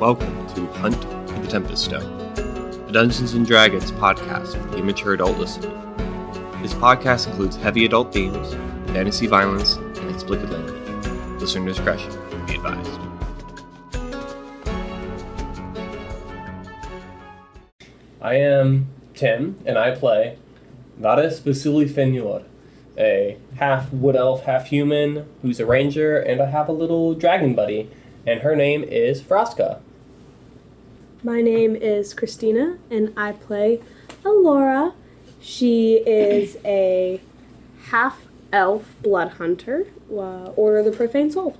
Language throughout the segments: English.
Welcome to Hunt for the Tempest Stone, the Dungeons and Dragons podcast for the immature adult listener. This podcast includes heavy adult themes, fantasy violence, and explicit language. Listener discretion be advised. I am Tim, and I play Vares Vasili Fenor, a half wood elf, half human, who's a ranger, and I have a little dragon buddy, and her name is Vraska. My name is Christina, and I play Alora. She is a half elf blood hunter, uh, Order of the Profane Soul.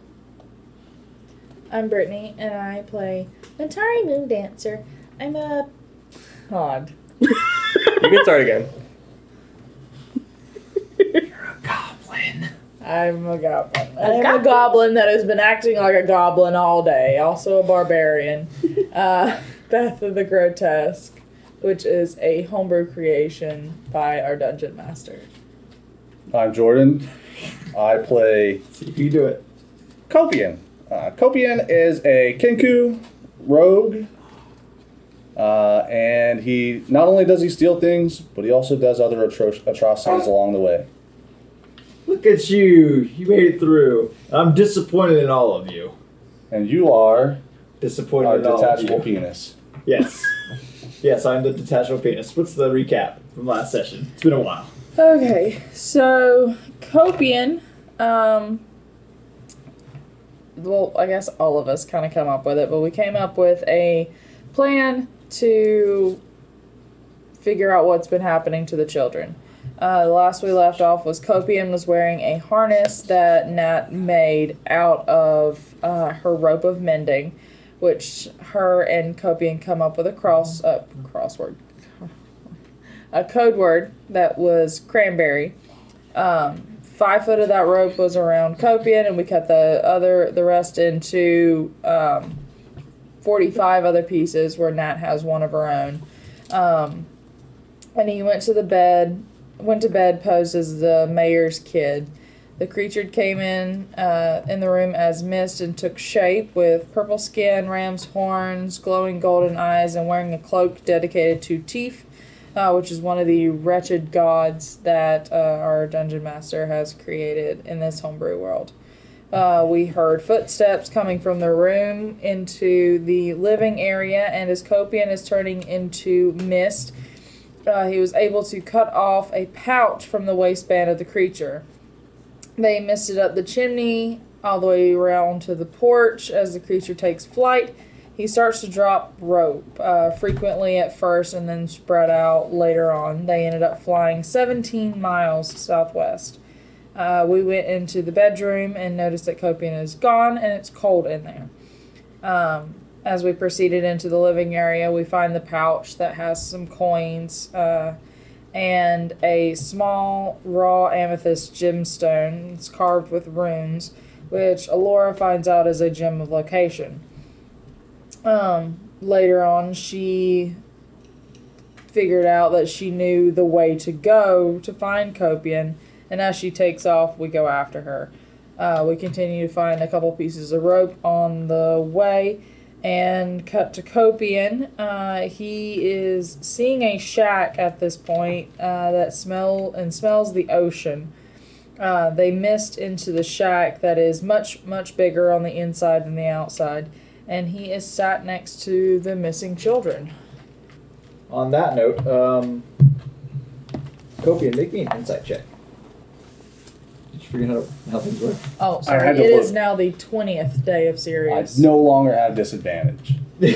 I'm Brittany, and I play Natari Moon Dancer. I'm a god. You can start again. I'm a goblin. I'm a goblin that has been acting like a goblin all day. Also a barbarian. uh, Beth of the Grotesque, which is a homebrew creation by our dungeon master. I'm Jordan. I play. You do it. Copian. Uh, Copian is a Kenku rogue. Uh, and he not only does he steal things, but he also does other atro- atrocities along the way. Look at you! You made it through. I'm disappointed in all of you. And you are Disappointed our in all of detachable you. penis. Yes. yes, I'm the detachable penis. What's the recap from last session? It's been a while. Okay, so Copian, um, well, I guess all of us kind of come up with it, but we came up with a plan to figure out what's been happening to the children. Uh, the last we left off was Copian was wearing a harness that Nat made out of uh, her rope of mending, which her and Copian come up with a cross uh, crossword a code word that was cranberry. Um, five foot of that rope was around Copian, and we cut the other the rest into um, forty five other pieces where Nat has one of her own. Um, and he went to the bed, went to bed posed as the mayor's kid. The creature came in uh, in the room as mist and took shape with purple skin, ram's horns, glowing golden eyes, and wearing a cloak dedicated to Teeth, uh, which is one of the wretched gods that uh, our dungeon master has created in this homebrew world. Uh, we heard footsteps coming from the room into the living area, and as Copian is turning into mist, uh, he was able to cut off a pouch from the waistband of the creature. They misted up the chimney all the way around to the porch as the creature takes flight. He starts to drop rope uh, frequently at first and then spread out later on. They ended up flying 17 miles southwest. Uh, we went into the bedroom and noticed that Copian is gone and it's cold in there. Um, as we proceeded into the living area, we find the pouch that has some coins. Uh, and a small raw amethyst gemstone. It's carved with runes, which Alora finds out is a gem of location. Um, later on, she figured out that she knew the way to go to find Copian, and as she takes off, we go after her. Uh, we continue to find a couple pieces of rope on the way and cut to Copian. Uh, he is seeing a shack at this point uh, that smell and smells the ocean. Uh, they missed into the shack that is much much bigger on the inside than the outside, and he is sat next to the missing children. On that note, um, Copian, make me an insight check. Did you forget how, how things work? Oh, I sorry, had it to is look. now the twentieth day of I series. no longer have disadvantage. No,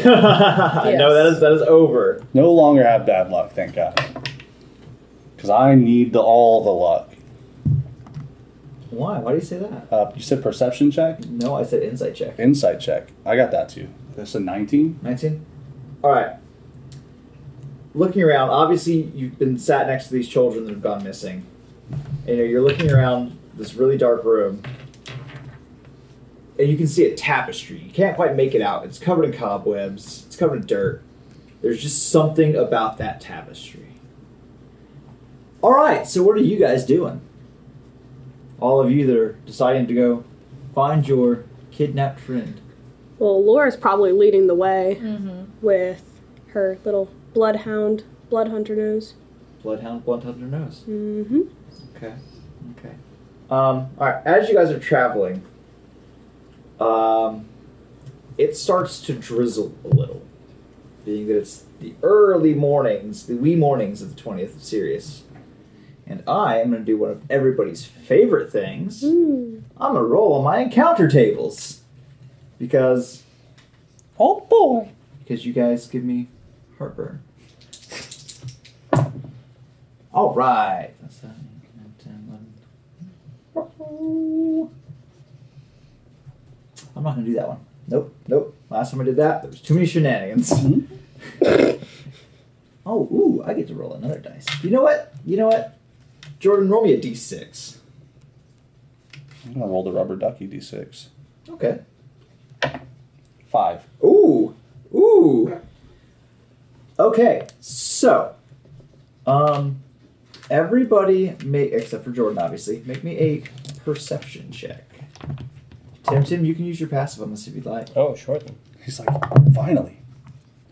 that is that is over. No longer have bad luck, thank God. Because I need the all the luck. Why? Why do you say that? Uh, you said perception check, No, I said insight check. insight check. I got that too. That's a 19. 19? All right. Looking around, obviously you've been sat next to these children that have gone missing. And you're- you're looking around this really dark room. And you can see a tapestry. You can't quite make it out. It's covered in cobwebs. It's covered in dirt. There's just something about that tapestry. All right, so what are you guys doing? All of you that are deciding to go find your kidnapped friend. Well, Laura's probably leading the way Mm-hmm. with her little bloodhound, blood hunter nose. Bloodhound, blood hunter nose. Mm-hmm. Okay. Okay. Um, all right. As you guys are traveling, um, it starts to drizzle a little, being that it's the early mornings, the wee mornings of the twentieth of Sirius. And I am going to do one of everybody's favorite things. Mm. I'm going to roll on my encounter tables because Oh boy. because you guys give me heartburn. All right. That's uh, nine, 10, 11. I'm not gonna do that one. Nope, nope. Last time I did that, there was too many shenanigans. Mm-hmm. oh, ooh, I get to roll another dice. You know what? You know what? Jordan, roll me a d6. I'm gonna roll the rubber ducky d6. Okay. Five. Ooh, ooh. Okay, so, um, everybody make except for Jordan, obviously, make me a perception check. Tim, Tim, you can use your passive on this if you'd like. Oh, sure then. He's like, finally.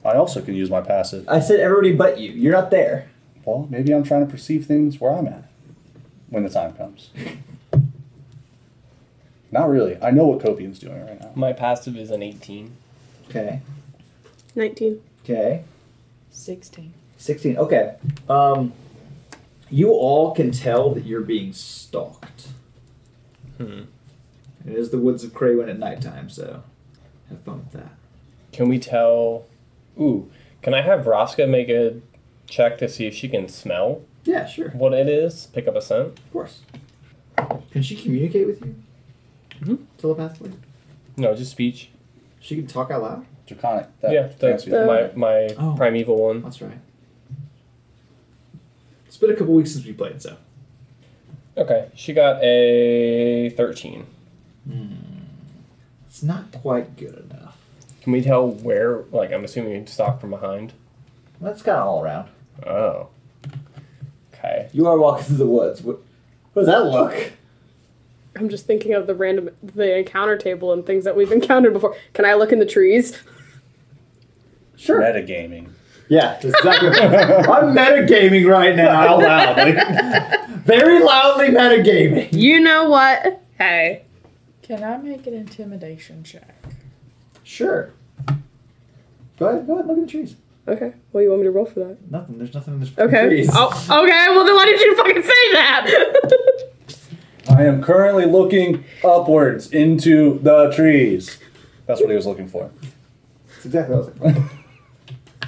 I also can use my passive. I said everybody but you. You're not there. Well, maybe I'm trying to perceive things where I'm at when the time comes. Not really. I know what Copian's doing right now. My passive is an 18. Okay. 19. Okay. Sixteen. 16. Okay. Um, you all can tell that you're being stalked. Hmm. It is the woods of Craywin at nighttime, so have fun with that. Can we tell? Ooh, can I have Rosca make a check to see if she can smell Yeah, sure. what it is? Pick up a scent? Of course. Can she communicate with you? Mm-hmm. Mhm. Telepathically? No, just speech. She can talk out loud? Draconic. That yeah, that's fancy one. my my Oh. primeval one. That's right. It's been a couple weeks since we played, so. Okay, she got a 13. It's not quite good enough. Can we tell where? Like, I'm assuming you stalk from behind. That's kind of all around. Oh. Okay. You are walking through the woods. What, what does that look? I'm just thinking of the random the encounter table and things that we've encountered before. Can I look in the trees? Sure. Metagaming. yeah, that's exactly. I'm metagaming right now. Out loudly. Very loudly metagaming. You know what? Hey. Can I make an intimidation check? Sure. Go ahead, go ahead, look at the trees. Okay. Well, you want me to roll for that? Nothing, there's nothing in this Okay. trees. Oh, okay. Well, then why did you fucking say that? I am currently looking upwards into the trees. That's what he was looking for. That's exactly what I was looking for.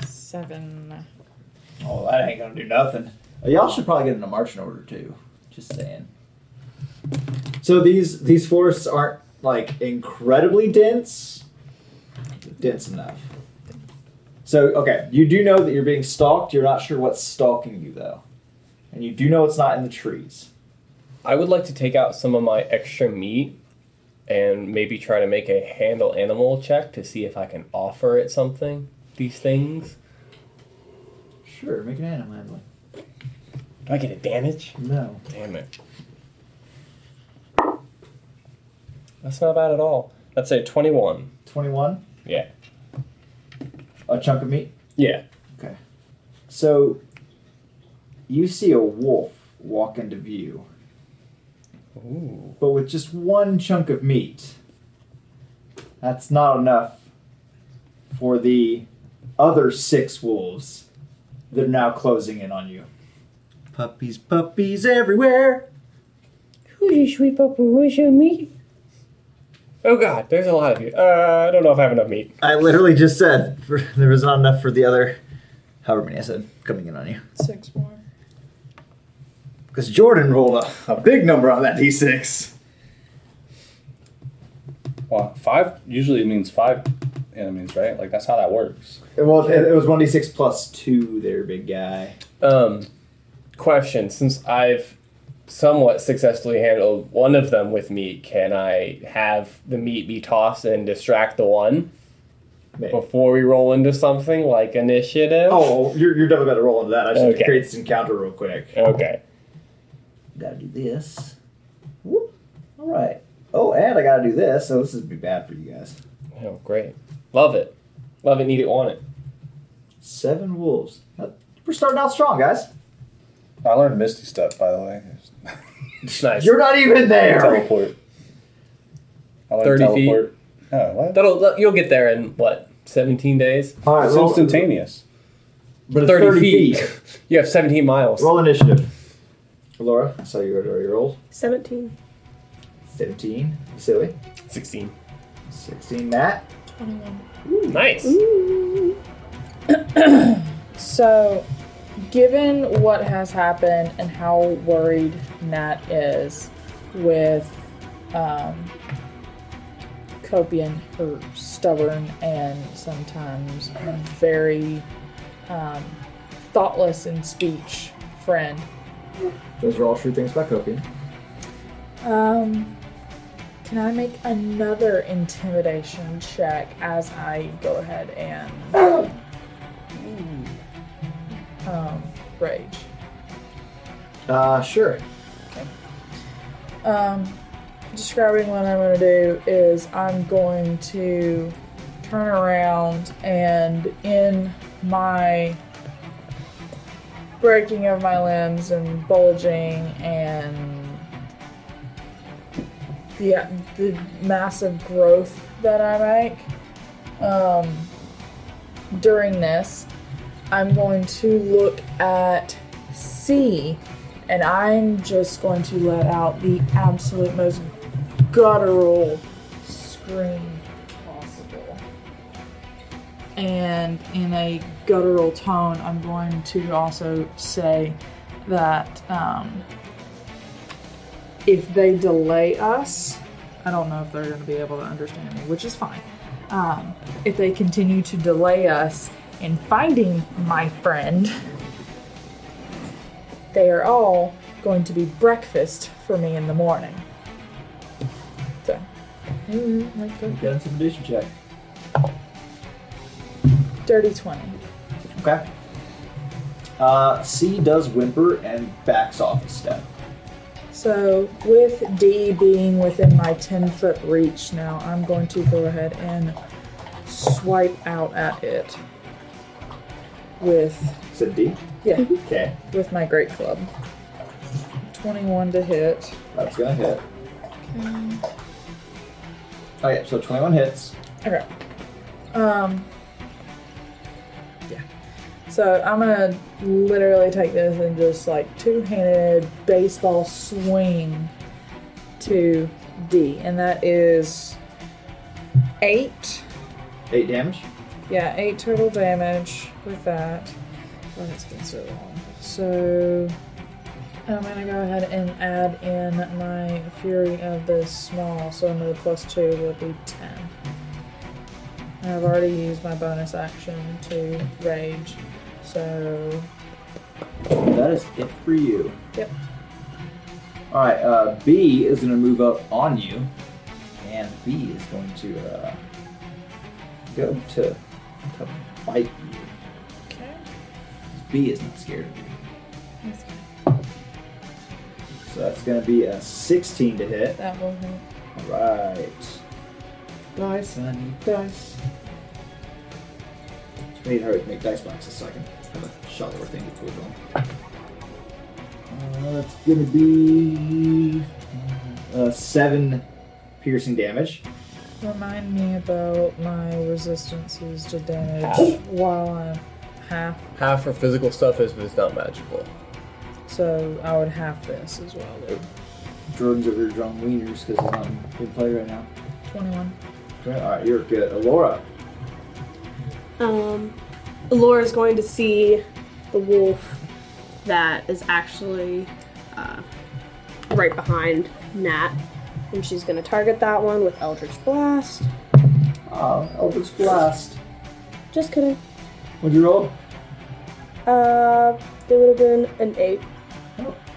Seven. Oh, that ain't gonna do nothing. Uh, Y'all should probably get in a marching order too. Just saying. So these these forests aren't like incredibly dense, but dense enough. So okay, you do know that you're being stalked. You're not sure what's stalking you though, and you do know it's not in the trees. I would like to take out some of my extra meat and maybe try to make a handle animal check to see if I can offer it something. These things. Sure, make an animal handling. Do I get advantage? No. Damn it. That's not bad at all. That's a 21. Twenty-one. Yeah. A chunk of meat. Yeah. So you see a wolf walk into view. Ooh. but with just one chunk of meat, that's not enough for the other six wolves that are now closing in on you. Puppies, puppies everywhere. Oh god, there's a lot of you. Uh, I don't know if I have enough meat. I literally just said for, there was not enough for the other, however many I said, coming in on you. Six more. Because Jordan rolled a, a big number on that d6. Well, five usually means five enemies, right? Like, that's how that works. Well, it, it was 1d6 plus 2 there, big guy. Um, question: Since I've somewhat successfully handled one of them with meat, can I have the meat be tossed and distract the one Maybe. before we roll into something like initiative? Oh, you're, you're definitely better roll into that. I should Okay. create this encounter real quick. Okay. Gotta do this. Whoop. All right. Oh, and I gotta do this, so this would be bad for you guys. Oh, great. Love it. Love it, need it, want it. Seven wolves. Uh, We're starting out strong, guys. I learned Misty Step, by the way. It's nice. You're not even there. Teleport. I learned 30 feet. teleport. Oh, what? That'll that- you'll get there in what 17 days, All right, It's roll, instantaneous. But it's 30, feet. you have 17 miles. Roll initiative. Laura, I saw you already rolled. 17. 15. Silly. 16. 16. Matt. 21. Nice. So, given what has happened and how worried Nat is with um, Copian, her stubborn and sometimes very um, thoughtless in speech friend, Those are all true things by Copian. um, can I make another intimidation check as I go ahead and um, rage? Uh, sure. Um, describing what I'm going to do is I'm going to turn around and in my breaking of my limbs and bulging and the the massive growth that I make um, during this, I'm going to look at C and I'm just going to let out the absolute most guttural scream possible. And in a guttural tone, I'm going to also say that um, if they delay us, I don't know if they're going to be able to understand me, which is fine. Um, if they continue to delay us in finding my friend, they are all going to be breakfast for me in the morning. So, mm, like a Get an intimidation check. dirty 20. Okay. Uh, C does whimper and backs off a step. So, with D being within my 10 foot reach now, I'm going to go ahead and swipe out at it with Said D. yeah Okay. with my great club. 21 to hit. That's gonna hit. Oh yeah, so 21 hits. Okay. Um. Yeah. So I'm gonna literally take this and just like two-handed baseball swing to D, and that is eight. Eight damage. Yeah, eight total damage with that. Oh, it's been so long. So I'm gonna go ahead and add in my Fury of the Small, so another plus two would be ten. And I've already used my bonus action to rage, so That is it for you. Yep. All right. Uh, B is gonna move up on you, and B is going to uh, go to to bite you. okay. B is not scared of you. So that's gonna be a 16 to hit. that will hit. All right. Dice, honey, dice. Just need to hurry to make dice boxes so I can have a shot where thing to pull from. Uh, that's gonna be uh, seven piercing damage. Remind me about my resistances to damage while I'm half, Half for physical stuff is if it's not magical. so I would half this as well. though. Jordan's over here drawing wieners because it's not in play right now. Twenty-one. All right, you're good. Alora, Um, Laura's going to see the wolf that is actually uh, right behind Nat, and she's going to target that one with Eldritch Blast. oh, Eldritch Blast. Just kidding. What'd you roll? Uh, it would have been an eight.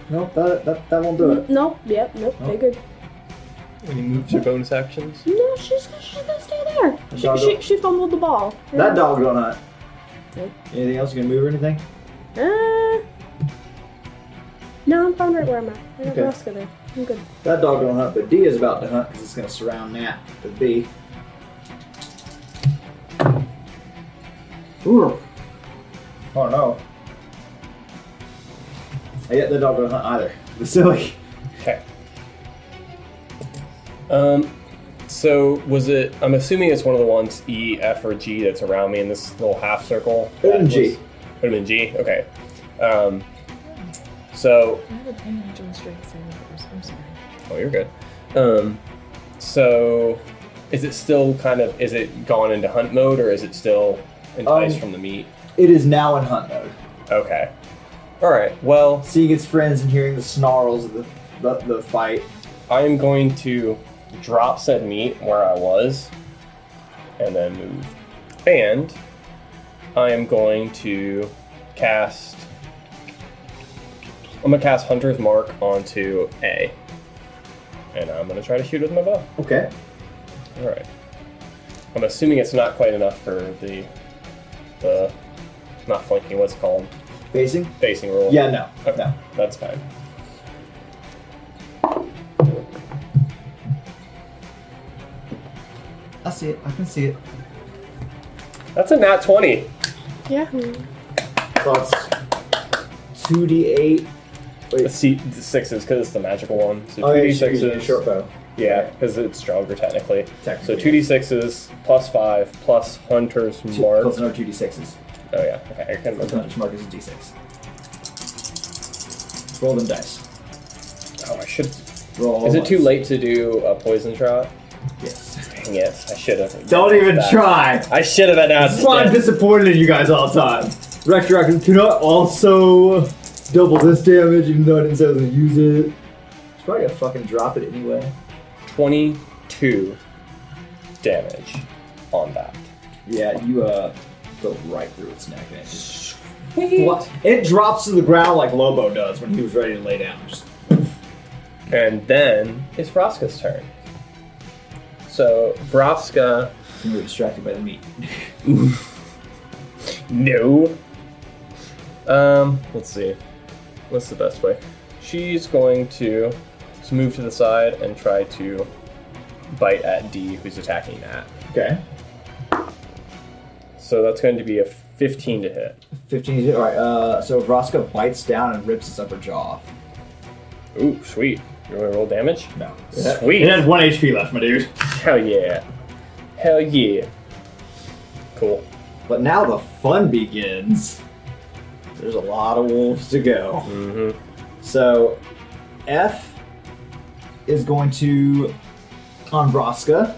Nope, that, that, that won't do it. Nope. Yep. Nope. Oh. Figured. When you move your bonus actions. No, she's she's gonna stay there. The She, dog- she, she fumbled the ball. That dog don't hunt. Okay. Anything else you gonna move or anything? Uh, no, I'm fine right where I'm at. I don't Okay. know where else to go. I'm good. That dog don't hunt, but D is about to hunt because it's going to surround Nat with B. Ooh. Oh no. I get the dog doesn't either. Vasily. Okay. Um, so was it? I'm assuming it's one of the ones E, F, or G that's around me in this little half circle. It would have been That was- G. It would have been G. Okay. Um, so I have a pain on Jim Street Senators. I'm sorry. Oh, you're good. Um, so, is it still kind of is it gone into hunt mode or is it still enticed Um, from the meat? It is now in hunt mode. Okay. All right. Well, Seeing its friends and hearing the snarls of the the, the fight. I am going to drop said meat where I was, and then move. And I am going to cast. I'm gonna cast Hunter's Mark onto A, and I'm gonna try to shoot with my bow. Okay. All right. I'm assuming it's not quite enough for the the not flanking. What's it called Facing? facing roll. Yeah, no. Okay, No. that's fine. I see it. I can see it. That's a nat twenty. Yeah. So it's two D eight. The C the sixes because it's the magical one. So Oh, two yeah, d she's using a sixes. short bow. Yeah, because it's stronger technically. So Technically, two d sixes plus five plus hunter's Two- mark. Plus another two D sixes. Oh yeah. Okay, I can Plus remember. another mark is a D six. Roll them dice. Oh, I should. Roll. Is it once. too late to do a poison shot? Yes. Dang it! I should have. Don't even try. I should have announced. That's why I'm it. disappointed in you guys all the time. Rector, I can not also double this damage, even though I didn't say I was gonna use it. It's probably gonna fucking drop it anyway. Twenty-two damage on that. Yeah, you uh go right through its neck and it just what? It drops to the ground like Lobo does when he was ready to lay down. Just And then it's Vraska's turn. So Vraska, you were distracted by the meat. no. Um, let's see. What's the best way? She's going to just move to the side and try to bite at D, who's attacking that. Okay. So that's going to be a 15 to hit. Fifteen. All right. Uh, so Vraska bites down and rips its upper jaw off. Ooh, sweet. You want to roll damage? No. Sweet. one HP left, my dude. Hell yeah. Hell yeah. Cool. But now the fun begins. There's a lot of wolves to go. Mm-hmm. So F is going to on Vraska.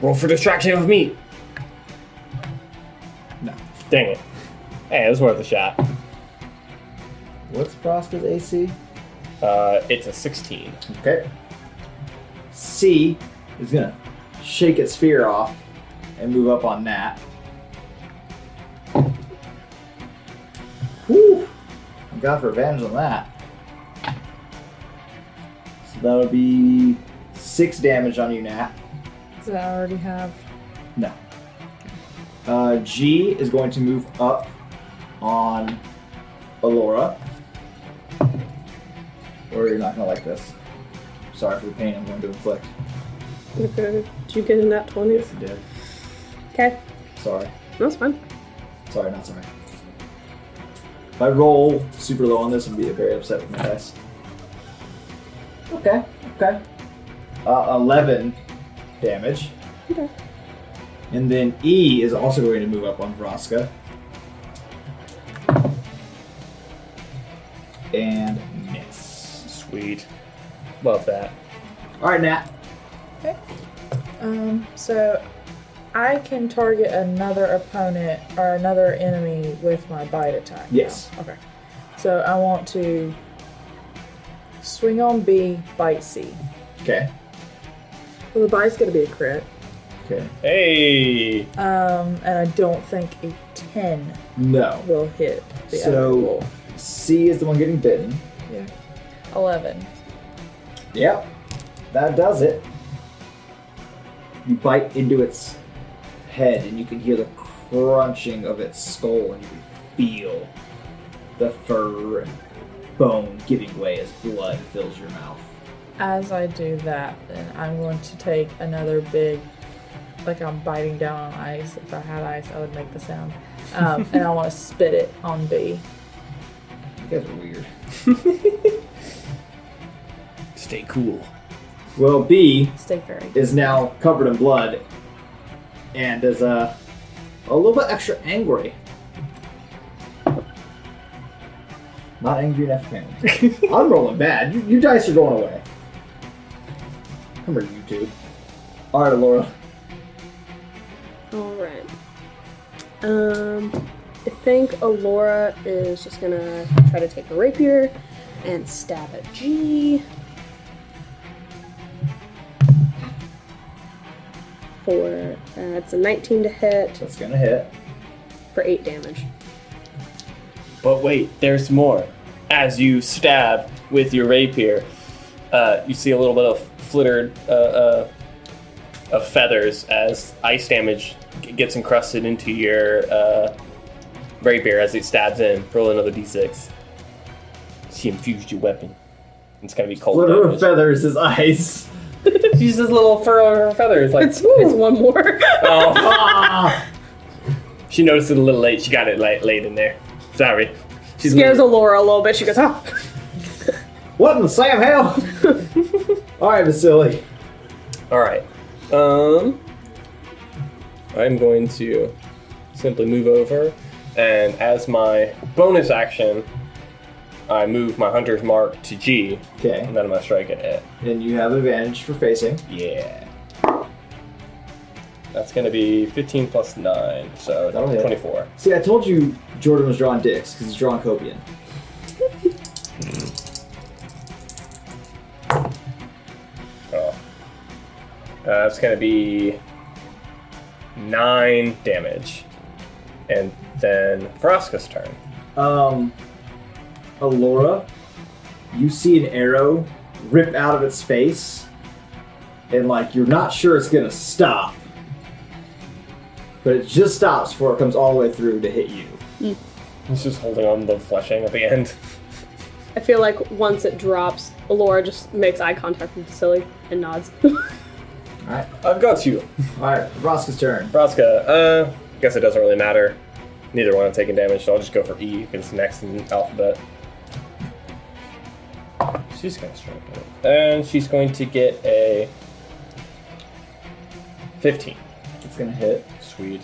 Roll for distraction of me. No. Dang it. Hey, it was worth a shot. What's Vraska's AC? Uh, it's a 16. Okay. C is gonna shake its spear off and move up on Nat. Whew! I got revenge on that. So that would be six damage on you, Nat. Does it already have? No. Uh, G is going to move up on Alora. Or you're not gonna like this. Sorry for the pain I'm going to inflict. Okay. Did you get in that 20s? Yes, it did. Okay. Sorry. That's fine. Sorry, not sorry. If I roll super low on this, and be very upset with my dice. Okay, okay. Uh, 11 damage. Okay. And then E is also going to move up on Vraska. And miss. Sweet. Love that. Alright, Nat. Um, so I can target another opponent or another enemy with my bite attack. now. Yes. Okay. So I want to swing on B, bite C. Okay. Well, the bite's gonna be a crit. Okay. Hey! Um, and I don't think a ten No. will hit the other So wolf. C is the one getting bitten. Yeah. Eleven. Yep, that does it. You bite into its head, and you can hear the crunching of its skull, and you can feel the fur and bone giving way as blood fills your mouth. As I do that, then I'm going to take another big like I'm biting down on ice. If I had ice, I would make the sound. Um, and I want to spit it on B. You guys are weird. Stay cool. Well, B Stay furry. is now covered in blood and is uh, a little bit extra angry. Not angry enough, apparently. I'm rolling bad. You, you dice are going away. Come here, you two. All right, Laura. All right. Um, I think Alora is just gonna try to take a rapier and stab at G. For uh, it's a 19 to hit That's gonna hit. for eight damage. But wait, there's more. As you stab with your rapier, uh, you see a little bit of flittered uh, uh, of feathers as ice damage g- gets encrusted into your uh, rapier as it stabs in. Roll another d6. She infused your weapon. It's gonna be cold. Flutter of damage. feathers is ice. She uses a little fur over her feathers, like It's, it's one more. oh. Ah! She noticed it a little late. She got it late, late in there. Sorry. She's Scares Alora a little bit. She goes, oh. What in the Sam hell? All right, Vasily. All right. Um, I'm going to simply move over, and as my bonus action, I move my hunter's mark to G, Okay, and then I'm gonna strike at it. and you have advantage for facing. Yeah. That's gonna be 15 plus 9, so Uh, That'll hit. 24. See, I told you Jordan was drawing dicks because he's drawing Copian. Oh. Uh, that's gonna be 9 damage. And then Froska's turn. Um, Alora, you see an arrow rip out of its face, and like you're not sure it's gonna stop, but it just stops before it comes all the way through to hit you. He's just holding on to the fleshing at the end. I feel like once it drops, Alora just makes eye contact with Vasily and nods. All right, I've got you. all right, Roska's turn. Braska, uh, guess it doesn't really matter. Neither one have taken damage, so I'll just go for E because it's next in the alphabet. She's gonna strike it. And she's going to get a 15. It's gonna hit. Sweet.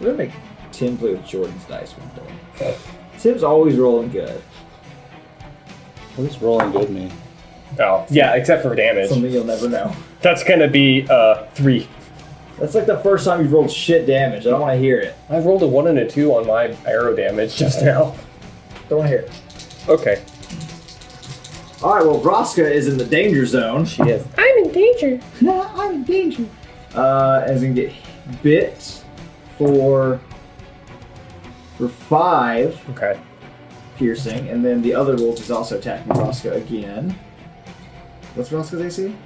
We're gonna make Tim play with Jordan's dice one day. Tim's always rolling good. What is rolling good mean? Oh, yeah, except for damage. Something you'll never know. That's gonna be uh, 3. That's like the first time you've rolled shit damage. I don't want to hear it. I rolled a 1 and a 2 on my arrow damage just now. Don't want to hear it. Okay. All right, well, Roska is in the danger zone. She is. I'm in danger. No, I'm in danger. Uh, and is gonna get bit for for five Okay. piercing, and then the other wolf is also attacking Roska again. What's Roska's AC?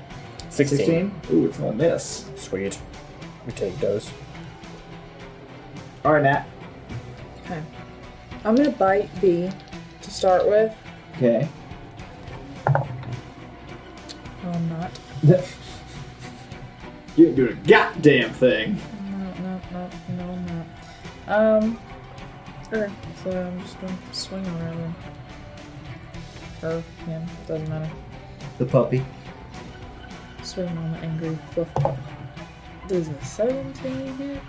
16. Ooh, it's gonna miss. Sweet. We take those. All right, Nat. Okay. I'm gonna bite B to start with. Okay. No, I'm not. you didn't do a goddamn thing. No, no, no, no, I'm not. Um. Okay. So I'm just gonna swing around him. Her, him, doesn't matter. The puppy. Swing on the angry fluff. Does a 17 hit?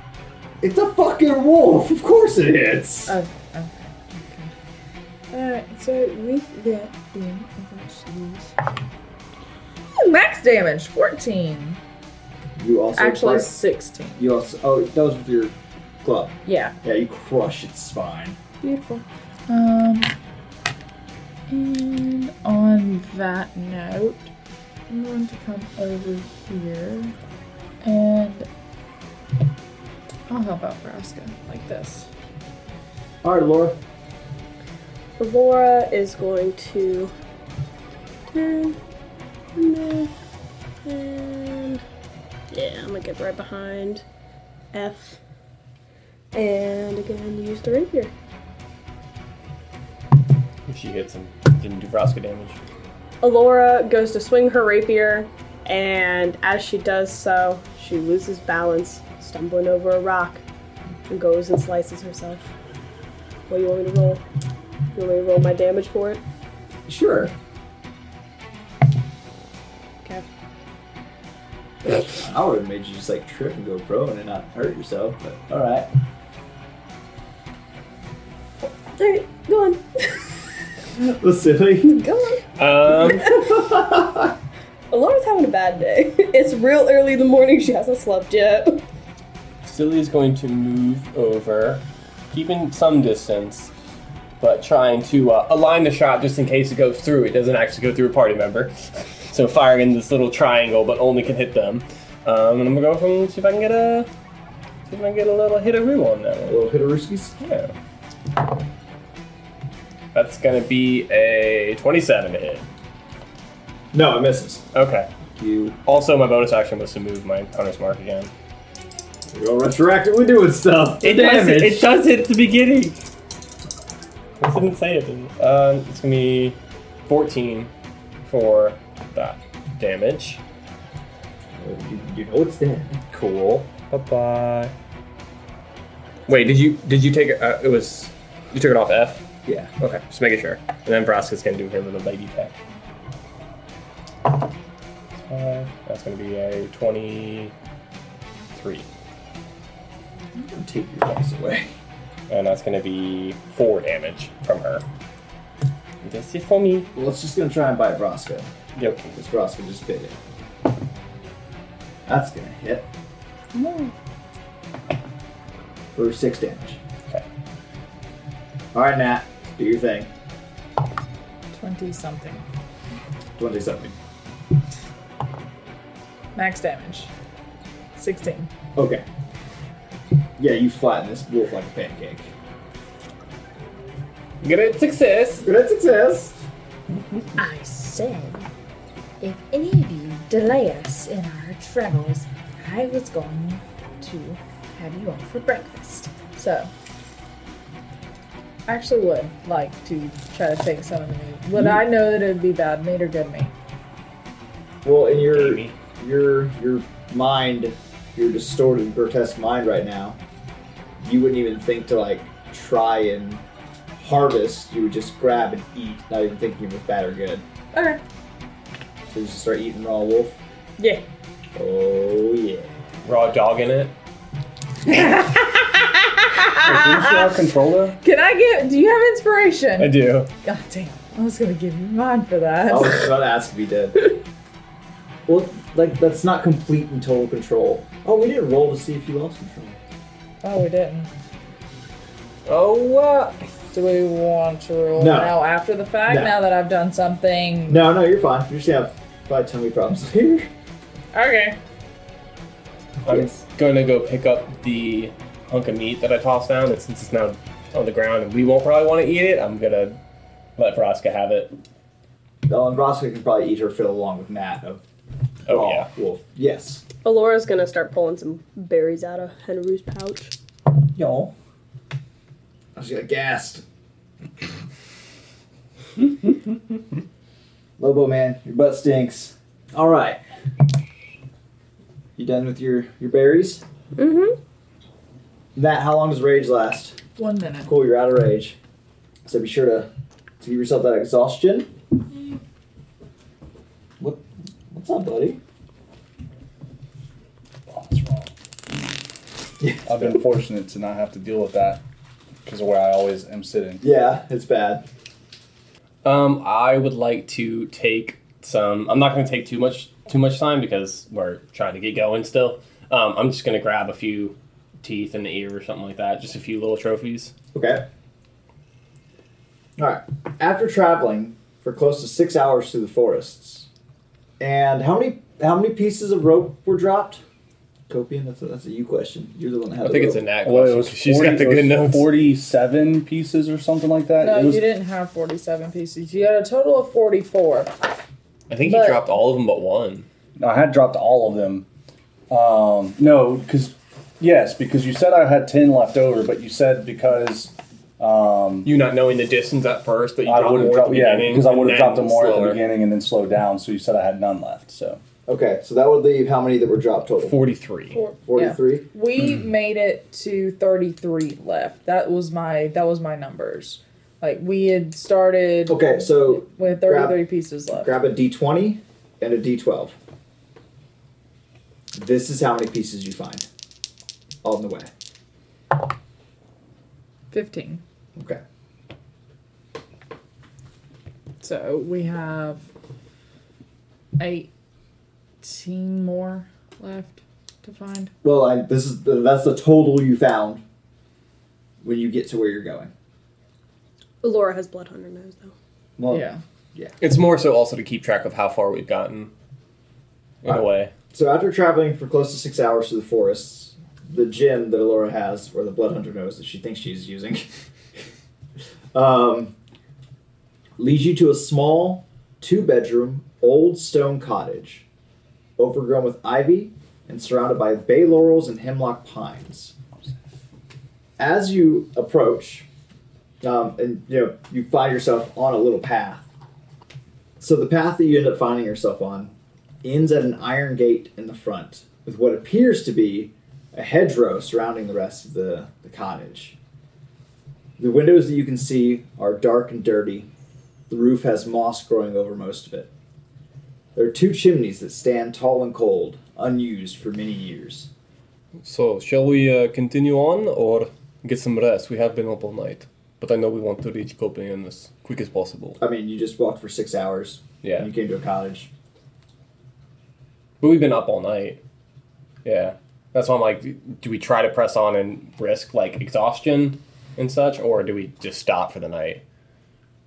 It's a fucking wolf. Of course it is. Oh, okay, okay. Alright, so with that, then, I got these. Ooh, Max damage, 14. you also Actually, crush- 16. you also. Oh, that was with your club. Yeah. Yeah, you crush its spine. Beautiful. Um, and on that note, I'm going to come over here and I'll help out Vraska like this. All right, Laura. Laura is going to turn, move, and yeah, I'm gonna get right behind F, and again use the rapier. If she hits him, didn't do Vraska damage. Alora goes to swing her rapier, And as she does so, she loses balance, stumbling over a rock, and goes and slices herself. What do you want me to roll? You want me to roll my damage for it? Sure. Okay. I would have made you just like trip and go prone and not hurt yourself, but alright. Alright, go on. Let's see. Go on. Um, Alora's having a bad day. It's real early in the morning, she hasn't slept yet. Silly is going to move over, keeping some distance, but trying to uh, align the shot just in case it goes through. It doesn't actually go through a party member. So firing in this little triangle, but only can hit them. Um, and I'm gonna go from see if I can get a see if I can get a little hit of room on that one. little hit of Ruskies. Yeah. That's gonna be a 27 to hit. No, it misses. Okay. You Also, my bonus action was to move my hunter's mark again. you're all retroactively doing stuff. It does, damage. it does it at the beginning. I didn't say it. Did it? Um, it's gonna be 14 for that damage. Uh, You, you know it's dead. Cool. Bye bye. Wait, did you did you take it? Uh, it was you took it off F. Yeah. Okay, just making sure. And then Vraska's gonna do him with a lady attack. Uh, that's gonna be a 23, I'm gonna take your loss away. and that's gonna be four damage from her. That's it for me. Well, it's just gonna try and bite Vraska. Okay. Because Vraska just bit it. That's gonna hit. For six damage. Okay. Alright, Nat. Do your thing. 20 something. 20 something. Max damage 16. Okay. Yeah, you flatten this wolf like a pancake. Great success. Great success! I said, if any of you delay us in our travels, I was going to have you all for breakfast. So, I actually would like to try to take some of the meat. Would I know that it would be bad meat or good meat? Well, in your Amy. your your mind, your distorted, grotesque mind right now, you wouldn't even think to like try and harvest. You would just grab and eat, not even thinking if it's bad or good. Okay. So you just start eating raw wolf. Yeah. Oh yeah. Raw dog in it. our controller? Can I get. Do you have inspiration? I do. God damn. I was going to give you mine for that. Oh, I was about to ask if he did. Well, like that's not complete and total control. Oh, we didn't roll to see if you lost control. Oh, we didn't. Oh, uh, Do we want to roll No. now after the fact? No. Now that I've done something. No, no, you're fine. You just have five tummy problems here. Okay. I'm Yes. gonna go pick up the hunk of meat that I tossed down, and since it's now on the ground and we won't probably want to eat it, I'm gonna let Vraska have it. Oh, and Roscoe can probably eat her fill along with Nat of Oh raw yeah. wolf. Yes. Alora's gonna start pulling some berries out of Henry's pouch. Y'all. I just got gassed. Lobo man, your butt stinks. All right. You done with your your berries? Mm-hmm. Nat, how long does rage last? One minute. Cool, you're out of rage. So be sure to, to give yourself that exhaustion. What what's up, buddy? I've been fortunate to not have to deal with that because of where I always am sitting. Yeah, it's bad. Um, I would like to take some. I'm not gonna take too much too much time because we're trying to get going still. Um, I'm just gonna grab a few teeth and the ear or something like that, just a few little trophies. Okay. All right. After traveling for close to six hours through the forests, and how many how many pieces of rope were dropped? Copian, that's a, that's a you question. You're the one that had I the think it's rope. in that. Well, it question. was She's 40 got the it was good notes. Forty-seven pieces or something like that. No, it was, you didn't have 47 pieces. You had a total of 44. I think he But- dropped all of them but one. I had dropped all of them. Um, no, because yes, because you said I had ten left over, but you said because um, You not knowing the distance at first, but you I dropped would have more at dropped the yeah beginning. because I and would have then dropped them more at slower. the beginning and then slowed down. So you said I had none left. So Okay, so that would leave how many that were dropped total? 43. Forty-three. We Hmm. made it to 33 left. That was my that was my numbers. Like we had started Okay, so with 33 grab- pieces left. grab a d20 and a d12. This is how many pieces you find on the way. 15. Okay. So we have 18 more left to find. Well, I, this is the, that's the total you found when you get to where you're going. Laura has blood hunter nose though. Well, yeah. It's more so also to keep track of how far we've gotten. In a Right. way. So after traveling for close to six hours through the forests, the gin that Alora has, or the blood hunter knows that she thinks she's using, um, leads you to a small, two-bedroom, old stone cottage, overgrown with ivy and surrounded by bay laurels and hemlock pines. As you approach, um, and you know you find yourself on a little path. So the path that you end up finding yourself on ends at an iron gate in the front, with what appears to be a hedgerow surrounding the rest of the, the cottage. The windows that you can see are dark and dirty. The roof has moss growing over most of it. There are two chimneys that stand tall and cold, unused for many years. So, shall we uh, continue on or get some rest? We have been up all night. But I know we want to reach Copenhagen as quick as possible. I mean, you just walked for six hours Yeah. and you came to a cottage. But we've been up all night. Yeah. That's why I'm like, do we try to press on and risk like exhaustion and such, or do we just stop for the night?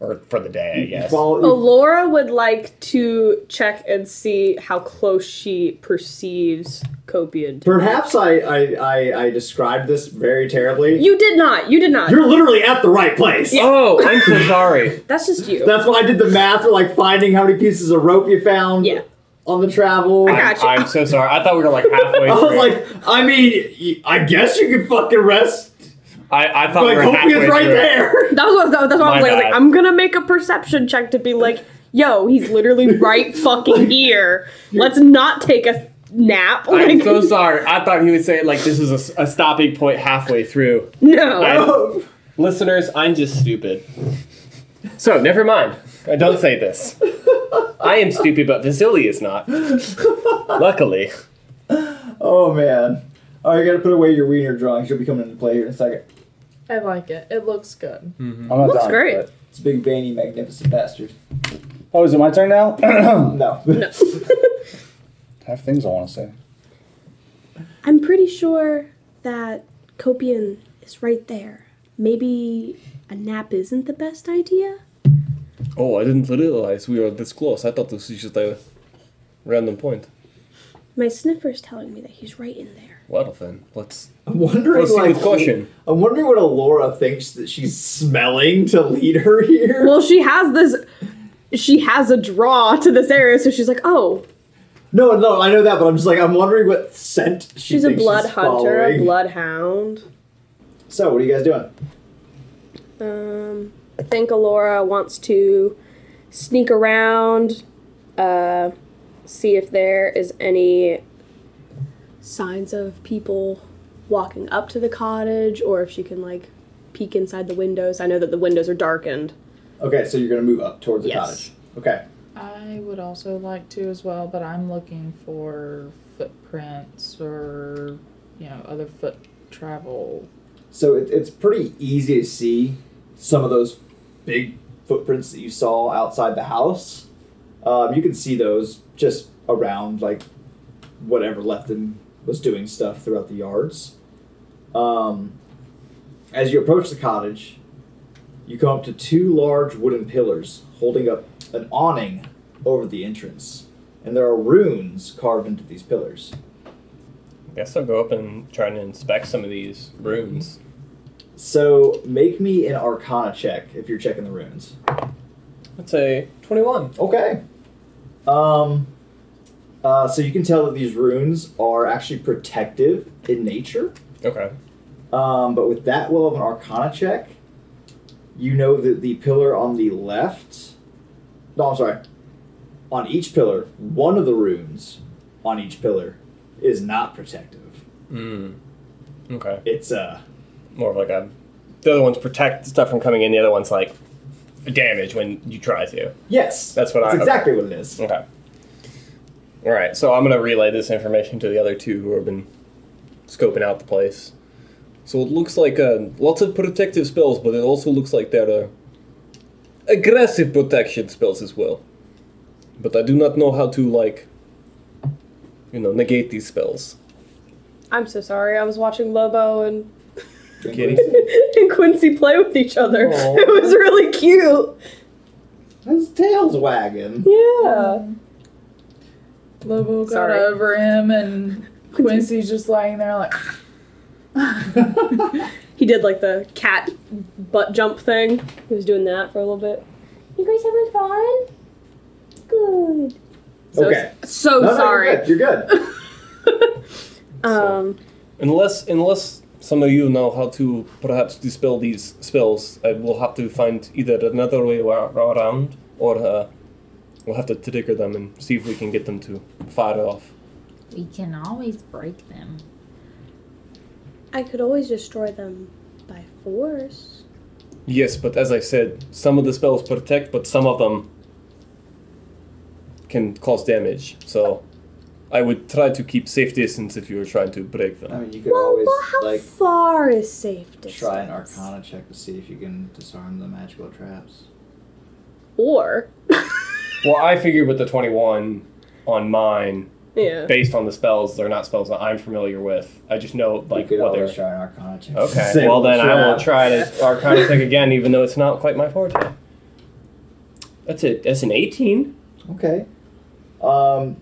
Or for the day, I You guess. follow- you- Laura would like to check and see how close she perceives Copian. to- Perhaps I, I, I, I described this very terribly. You did not. You did not. You're literally at the right place. Oh, I'm so sorry. That's just you. That's why I did the math for like finding how many pieces of rope you found Yeah. on the travel. I got- I'm, Gotcha. I'm so sorry. I thought we were like halfway I was through. like, I mean, y- I guess you could fucking rest. I, I thought Like, we were halfway Copian's right through. there. That was, that was, that's why I was like, I My was like, bad. I'm gonna make a perception check to be like, yo, he's literally right fucking here. Let's not take a nap. I'm Like, so sorry. I thought he would say like this is a s- a, stopping point halfway through. no. I- Oh, Listeners, I'm just stupid. So never mind. Uh, Don't say this. I am stupid, but Vasily is not. Luckily. oh, man. Oh, you gotta put away your wiener drawings. You'll be coming into play here in a second. I like it. It looks good. I'm Mm-hmm. not Looks done, great. but- It's a big, veiny, magnificent bastard. Oh, is it my turn now? I No. have things I want to say. I'm pretty sure that Copian is right there. Maybe a nap isn't the best idea. Oh, I didn't realize we were this close. I thought this was just a random point. My sniffer's telling me that he's right in there. Well then, let's I'm wondering, Proceed like, with caution. I'm wondering what Alora thinks that she's smelling to lead her here. Well, she has this. She has a draw to this area, so she's like, oh, No, no, I know that, but I'm just like, I'm wondering what scent she she's a thinks blood she's hunter, a following. bloodhound. So, what are you guys doing? Um, I think Alora wants to sneak around, uh, see if there is any signs of people walking up to the cottage, or if she can like peek inside the windows. I know that the windows are darkened. Okay, so you're gonna move up towards the Yes. cottage. Okay. I would also like to as well, but I'm looking for footprints or you know other foot travel. So it, it's pretty easy to see some of those big footprints that you saw outside the house. Um, you can see those just around, like whatever Lefton was doing stuff throughout the yards. Um, as you approach the cottage, you come up to two large wooden pillars holding up an awning over the entrance, and there are runes carved into these pillars. guess I'll go up and try and inspect some of these rooms. So make me an Arcana check if you're checking the runes. Let's say twenty-one. Okay. Um. Uh, so you can tell that these runes are actually protective in nature. Okay. Um, but with that, we'll have an Arcana check. You know that the pillar on the left. No, I'm sorry. On each pillar, one of the runes on each pillar is not protective. Mm. Okay. It's uh More of like a. The other one's protect stuff from coming in. The other one's like damage when you try to. yes. That's what that's I. Oh, exactly what it is. Okay. All right, so I'm gonna relay this information to the other two who have been scoping out the place. So it looks like uh, lots of protective spells, but it also looks like there are aggressive protection spells as well. But I do not know how to like, you know, negate these spells. I'm so sorry. I was watching Lobo and, Kitty, and Quincy play with each other. Aw. It was really cute. His tail's wagging. Yeah. Lobo got Sorry. over him, and Quincy's just lying there like, He did like the cat butt jump thing. He was doing that for a little bit. You guys having fun? Good. So, Okay. So No, no, Oh, sorry. You're good. You're good. um, unless unless some of you know how to perhaps dispel these spells, I will have to find either another way wa- around or uh, we'll have to trigger them and see if we can get them to fire off. We can always break them. I could always destroy them by force. Yes, but as I said, some of the spells protect, but some of them can cause damage. So I would try to keep safe distance if you were trying to break I them. mean, you could well, always well, how like far is safe distance? try an Arcana check to see if you can disarm the magical traps. Or Well, I figured with the 21 on mine, yeah. based on the spells, they're not spells that I'm familiar with. I just know you like could what always they're. try an Arcana check. to Okay, disable well the then I will trap. try to Arcana check again, even though it's not quite my forte. That's it. That's an 18. Okay. Um,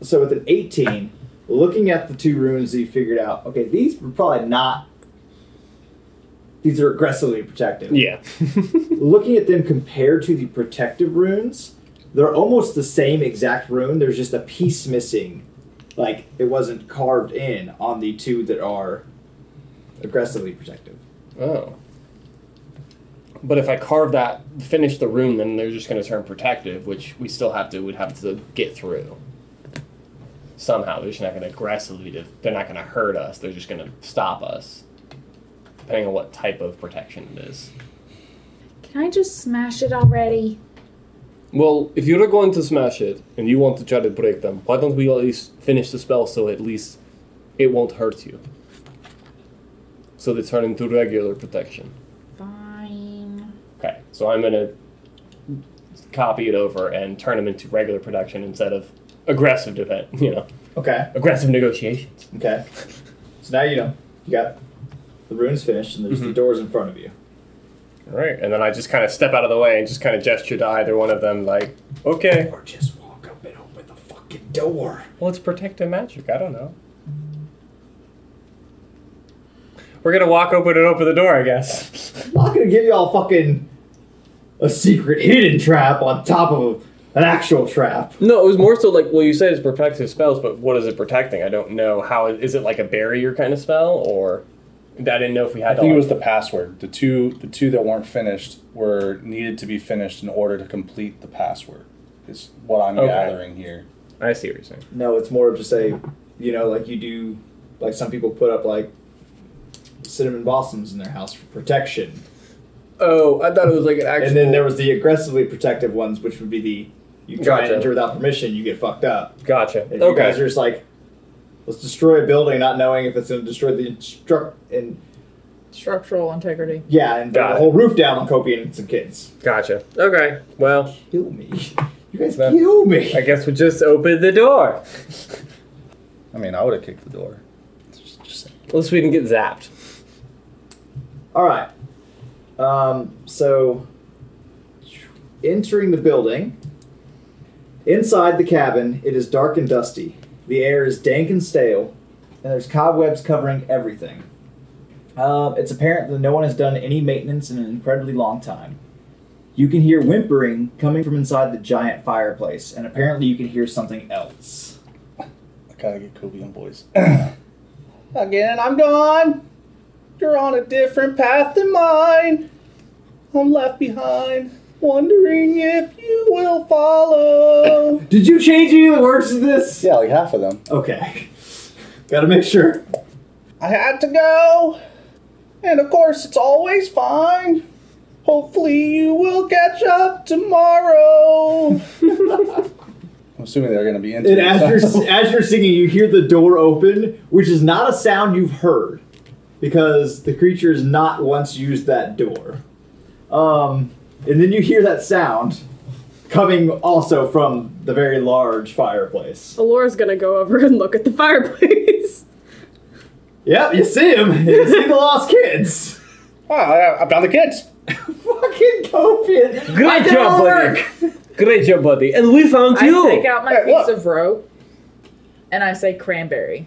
so with an 18, looking at the two runes that you figured out, okay, these were probably not. These are aggressively protective. Yeah. Looking at them compared to the protective runes, they're almost the same exact rune. There's just a piece missing, like it wasn't carved in on the two that are aggressively protective. Oh. But if I carve that, finish the rune, then they're just going to turn protective, which we still have to would have to get through. Somehow, they're just not going to aggressively. def- They're not going to hurt us. They're just going to stop us, depending on what type of protection it is. Can I just smash it already? Well, if you're going to smash it and you want to try to break them, why don't we at least finish the spell so at least it won't hurt you? So they turn into regular protection. Fine. Okay, so I'm gonna copy it over and turn them into regular production instead of aggressive event. You know, Okay. aggressive negotiations. Okay. So now you know you got the runes finished, and there's the Mhm. doors in front of you. All right, and then I just kind of step out of the way and just kind of gesture to either one of them, like, "Okay, Or just walk up and open the fucking door. well, it's protective magic. I don't know." We're gonna walk open and open the door, I guess. I'm not gonna give y'all fucking a secret hidden trap on top of an actual trap. No, it was more so like, well, you said it's protective spells, but what is it protecting? I don't know. How is it like a barrier kind of spell, or I didn't know if we I had. to, think it like- was the password. The two the two that weren't finished were needed to be finished in order to complete the password. Is what I'm Okay. gathering here. I see what you're saying. No, it's more of just a, you know, like you do, like some people put up like cinnamon blossoms in their house for protection, Oh, I thought it was like an actual. and then there was the aggressively protective ones, which would be the you try Gotcha. to enter without permission, you get fucked up. Gotcha. If you guys okay. are just like, let's destroy a building, not knowing if it's gonna destroy the instruct and structural integrity. yeah, and burn Got the it. whole roof down on Copian and some kids. Gotcha. Okay. Well, Kill me. You guys Well, kill me. I guess we just open the door. I mean, I would have kicked the door. Just, just saying. Unless we didn't get zapped. All right. Um, so, entering the building, inside the cabin, it is dark and dusty. The air is dank and stale, and there's cobwebs covering everything. Um, it's apparent that no one has done any maintenance in an incredibly long time. You can hear whimpering coming from inside the giant fireplace, and apparently you can hear something else. I gotta get Kobe on boys. Again, I'm gone. You're on a different path than mine. I'm left behind. Wondering if you will follow. Did you change any of the words to this? yeah, like half of them. Okay. Gotta make sure. I had to go. And of course, it's always fine. Hopefully, you will catch up tomorrow. I'm assuming they're going to be into And it, as so- you're as you're singing, you hear the door open, which is not a sound you've heard, because the creature has not once used that door. Um, and then you hear that sound coming also from the very large fireplace. Alora's gonna go over and look at the fireplace. Yep, you see him. You see the lost kids. Wow, Oh, I, I found the kids. Fucking Copian. Good I did job, all the buddy. work. Great job, buddy. And we found I you. take out my Hey, piece look. of rope and I say cranberry.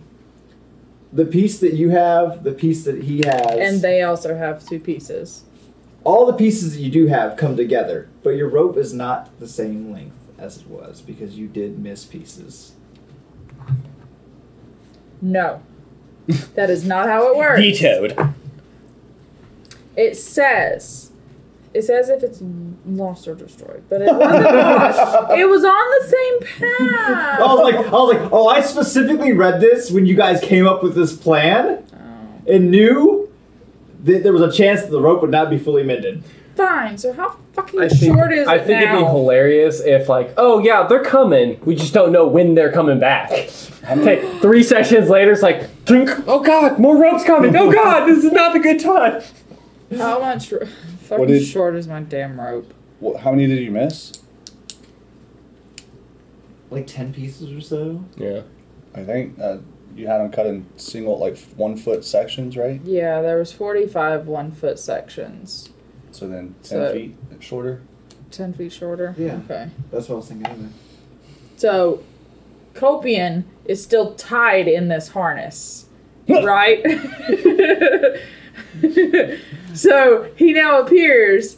The piece that you have, the piece that he has, And they also have two pieces. all the pieces that you do have come together, but your rope is not the same length as it was because you did miss pieces. No. that is not how it works. Vetoed. It says it says if it's lost or destroyed, but it wasn't lost. It was on the same path. I was like, I was like, oh, I specifically read this when you guys came up with this plan and knew that there was a chance that the rope would not be fully mended. Fine. So how fucking I think, short is I it think now? it'd be hilarious if, like, oh yeah, they're coming. We just don't know when they're coming back. Okay, three sessions later, it's like, "Drink. oh god, more ropes coming. Oh god, this is not the good time. How much? r- Fucking did- short is my damn rope. Wha- How many did you miss? Like ten pieces or so. Yeah. I think uh, you had them cut in single, like one foot sections, right? Yeah, there was forty-five one-foot sections, So then 10 So- feet shorter. ten feet shorter. Yeah. Okay. That's what I was thinking. Anyway. So, Copian is still tied in this harness, right? so he now appears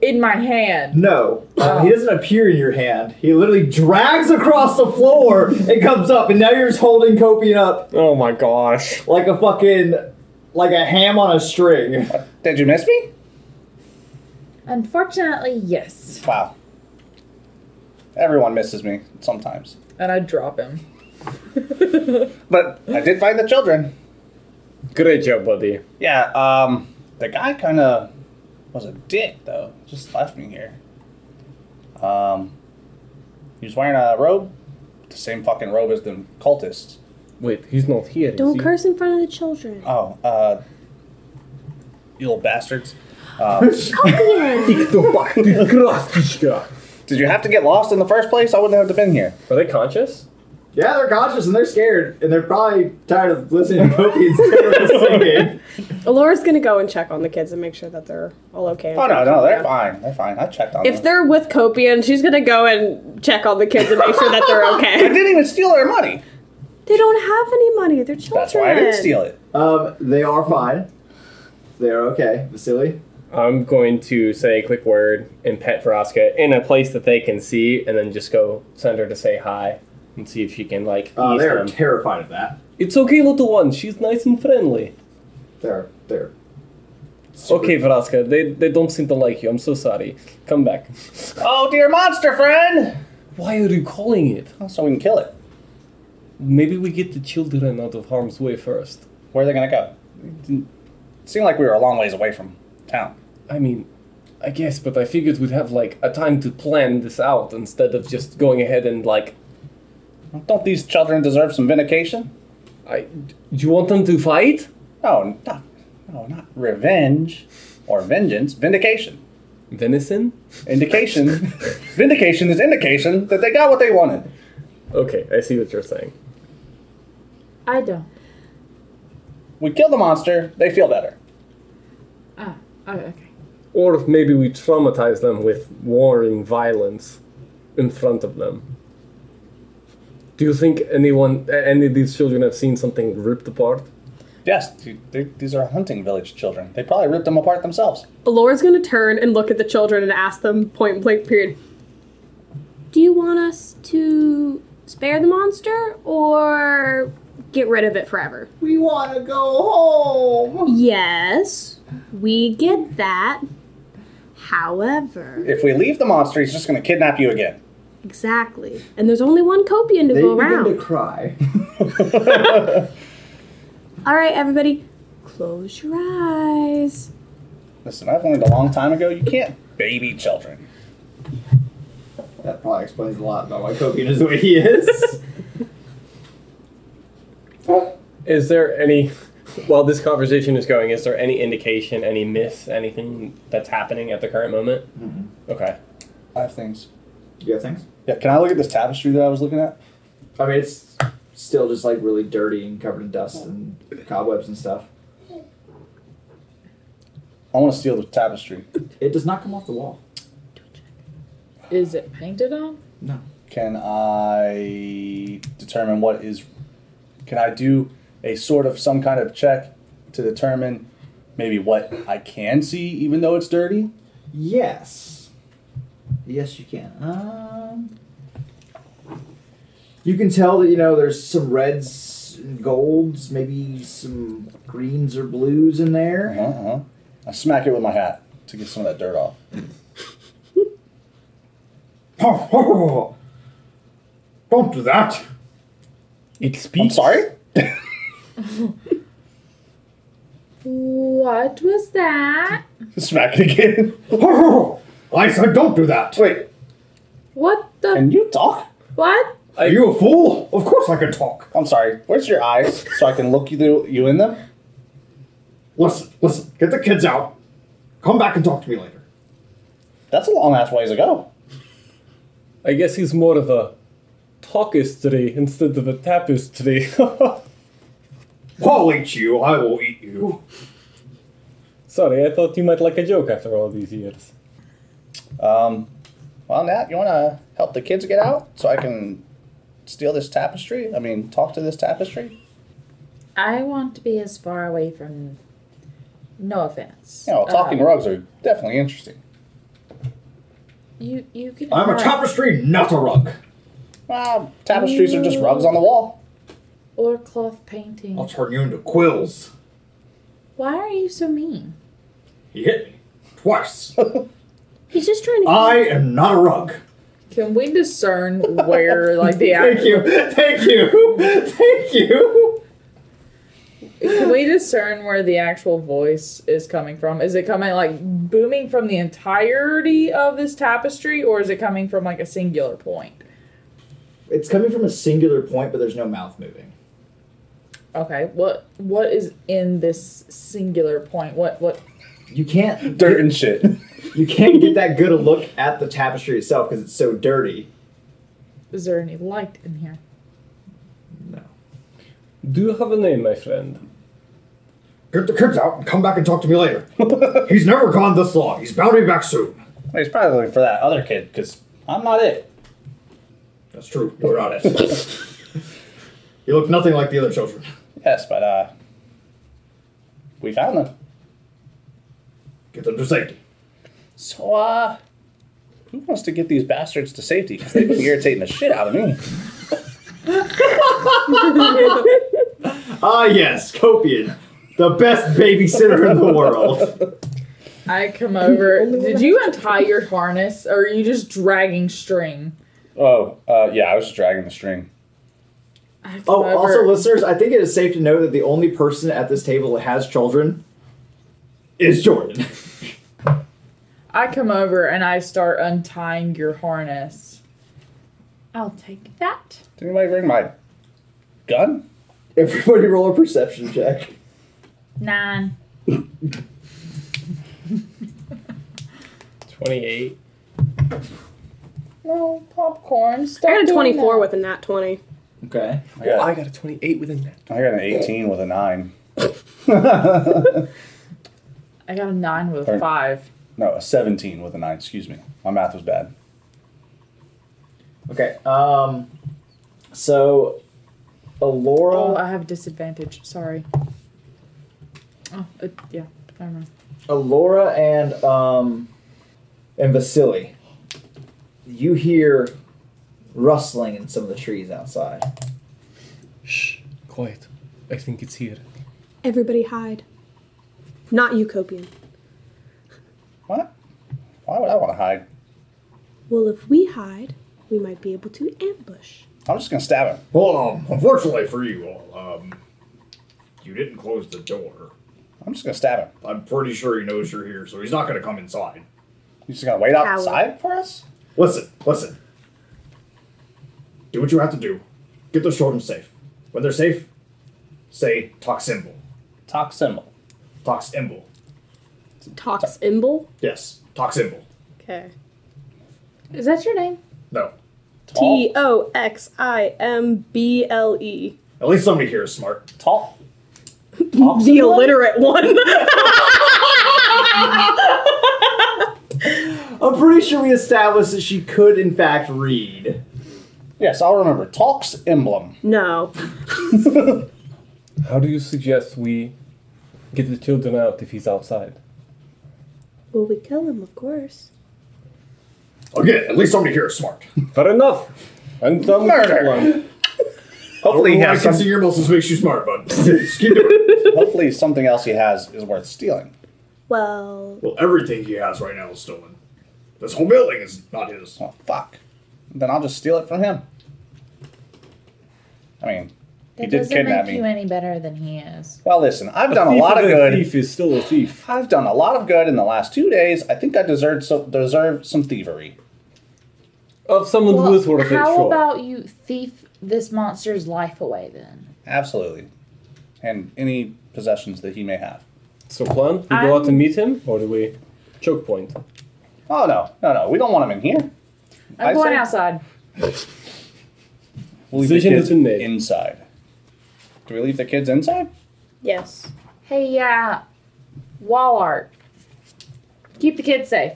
in my hand. No, uh, he doesn't appear in your hand. He literally drags across the floor and comes up, and now you're just holding Copian up Oh my gosh. like a fucking, like a ham on a string. Did you miss me? Unfortunately, yes. Wow. Everyone misses me sometimes. And I drop him. But I did find the children. Great job, buddy. Yeah, um, the guy kind of was a dick, though. Just left me here. Um, he was wearing a robe, the same fucking robe as the cultists. Wait, he's not here. is Don't he? curse in front of the children. Oh, uh, you little bastards. Uh, Ich du Back, du Krastischka. did you have to get lost in the first place? I wouldn't have been here. Are they conscious? Yeah, they're conscious and they're scared, and they're probably tired of listening to Copian's terrible singing. Alora's gonna go and check on the kids and make sure that they're all okay. Oh no, no, they're fine. They're fine. I checked on If them. they're with Copian, she's gonna go and check on the kids and make sure that they're I okay. didn't even steal their money. they don't have any money. They're children. That's why I didn't steal it. Um, they are fine. They are okay, Vasily. I'm going to say a quick word and pet Vraska in a place that they can see, and then just go send her to say hi and see if she can like ease Uh, they are them. terrified of that. It's okay, little one. She's nice and friendly. They're they're super- Okay, Vraska, they they don't seem to like you. I'm so sorry. Come back. Oh dear, monster friend! Oh, Why are you calling it? So we can kill it. Maybe we get the children out of harm's way first. Where are they gonna go? It seemed like we were a long ways away from town. I mean, I guess, but I figured we'd have like a time to plan this out instead of just going ahead and like Don't these children deserve some vindication? I. You want them to fight? No, not, no, not revenge or vengeance. Vindication. Venison? Indication. vindication is indication that they got what they wanted. Okay, I see what you're saying. I don't. We kill the monster, they feel better. Ah, oh, okay. Or maybe we traumatize them with warring violence in front of them. Do you think anyone, a- any of these children have seen something ripped apart? Yes, th- th- these are hunting village children. They probably ripped them apart themselves. Alora's gonna turn and look at the children and ask them point blank period. Do you want us to spare the monster or get rid of it forever? We want to go home. Yes, we get that. However, If we leave the monster, he's just going to kidnap you again. exactly. And there's only one Copian to They go begin around. to cry. All right, everybody, close your eyes. Listen, I've learned a long time ago you can't baby children. That probably explains a lot about why Copian is the way he is. Is there any, while this conversation is going, is there any indication, any myth, anything that's happening at the current moment? Mhm. Okay. I have things. you have things? Yeah, can I look at this tapestry that I was looking at? I mean, it's still just like really dirty and covered in dust and cobwebs and stuff. I want to steal the tapestry. It does not come off the wall. Is it painted on? Can I determine what is. Can I do a sort of some kind of check to determine maybe what I can see, even though it's dirty? Yes. Yes, you can. Um, you can tell that you know there's some reds and golds, maybe some greens or blues in Uh there. huh. I smack it with my hat to get some of that dirt off. Don't do that. It I'm speaks. sorry? What was that? Smack it again. I said don't do that. Wait, What the? can you talk? what? Are you a fool? Of course I can talk. I'm sorry. Where's your eyes so I can look you through, you in them? Listen, listen. Get the kids out. Come back and talk to me later. That's a long ass ways ago. I guess he's more of a talkistry instead of a tapestry. I'll eat you. I will eat you. sorry, I thought you might like a joke after all these years. Um, well, Nat, you want to help the kids get out so I can steal this tapestry? I mean, talk to this tapestry? I want to be as far away from. No offense. You know, talking Uh, rugs are definitely interesting. You you can. I'm a have- tapestry, not a rug. Well, Uh, tapestries are just rugs on the wall. or cloth painting. I'll turn you into quills. Why are you so mean? He hit me twice. He's just trying to. I am not a rug. Can we discern where like the Thank you. Thank you. Thank you. Can we discern where the actual voice is coming from? Is it coming like booming from the entirety of this tapestry, or is it coming from like a singular point? It's coming from a singular point, but there's no mouth moving. Okay, what what is in this singular point? What what? You can't Dirt and shit. you can't get that good a look at the tapestry itself because it's so dirty. Is there any light in here? No. Do you have a name, my friend? Get the kids out and come back and talk to me later. He's never gone this long. He's bound to be back soon. He's probably looking for that other kid because I'm not it. That's true. You're not it. you look nothing like the other children. Yes, but uh, we found them. Get them to safety. So uh, who wants to get these bastards to safety? Because they've been irritating the shit out of me. Ah, yes, Copian, the best babysitter in the world. I come over. Did you untie your harness, or are you just dragging string? Oh, uh, yeah, I was just dragging the string. I come Oh, over- also, listeners, I think it is safe to know that the only person at this table that has children is Jordan. I come over and I start untying your harness. I'll take that. Did anybody bring my gun? Everybody, roll a perception check. Nine. 28. No popcorn. Stop I got a doing 24 that. with a nat 20. Okay. I got, got a 28 within that. I got an 18 with a 9. I got a nine with Or- a five. No, a 17 with a 9, excuse me. My math was bad. Okay. Um. So, Oh, Alora, I have disadvantage. Sorry. Oh, it, yeah. Never mind. Alora, and um, and Vasily, you hear rustling in some of the trees outside. Shh, quiet. I think it's here. Everybody hide. Not you, Copian. What? Why would I want to hide? Well, if we hide, we might be able to ambush. I'm just gonna stab him. Well, um, unfortunately for you all, um, you didn't close the door. I'm just gonna stab him. I'm pretty sure he knows you're here, so he's not going to come inside. He's just gonna wait Coward. outside for us. Listen, listen. Do what you have to do. Get those children safe. When they're safe, say toximble. Talk symbol. Toximble. Tox Imble. Yes, toximble. Okay. Is that your name? No. T O X I M B L E. At least somebody here is smart. Talk. The illiterate one. I'm pretty sure we established that she could, in fact, read. Yes, I'll remember. Talks emblem. no. How do you suggest we get the children out if he's outside? Well, we kill him, of course. Again, at least somebody here is smart. Fair enough. And some Murder. one. Hopefully he I has. can Some, see your muscles makes you smart, bud. Just keep doing it. hopefully something else he has is worth stealing. Well, Well, everything he has right now is stolen. This whole building is not his. Oh fuck. Then I'll just steal it from him. I mean, That He did doesn't kidnap make me. you any better than he is. well, listen. I've done a lot of good. Thief is still a thief. I've done a lot of good in the last two days. I think I deserve some deserve some thievery. Of someone who is worth it, how sure. about you thief this monster's life away then? Absolutely, and any possessions that he may have. so plan? We go out and meet him, or do we choke point? Oh no, no, no. We don't want him in here. I'm I going say- outside. We'll leave the Decision has kids been made. inside. Do we leave the kids inside? yes. Hey, yeah, wall art. Keep the kids safe.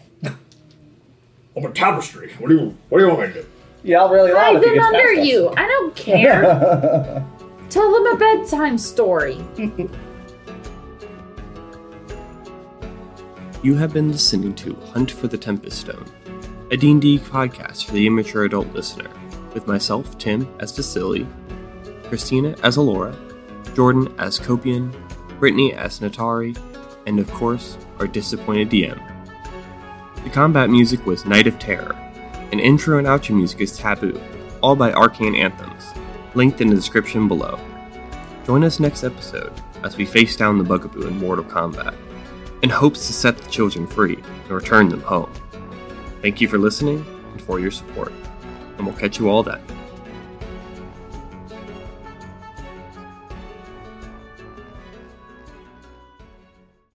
I'm a tapestry. What do you What do you want me to do? Yeah, I'll really loud Hide if he them gets under past you. I don't care. Tell them a bedtime story. You have been listening to Hunt for the Tempest Stone, a D&D podcast for the immature adult listener, with myself, Tim, as Vasily, Christina as Alora, Jordan as Copian, Brittany as Natari, and of course, our disappointed DM. The combat music was Night of Terror, and intro and outro music is Taboo, all by Arcane Anthems, linked in the description below. Join us next episode as we face down the bugaboo in Mortal Kombat in hopes to set the children free and return them home. Thank you for listening and for your support, and we'll catch you all then.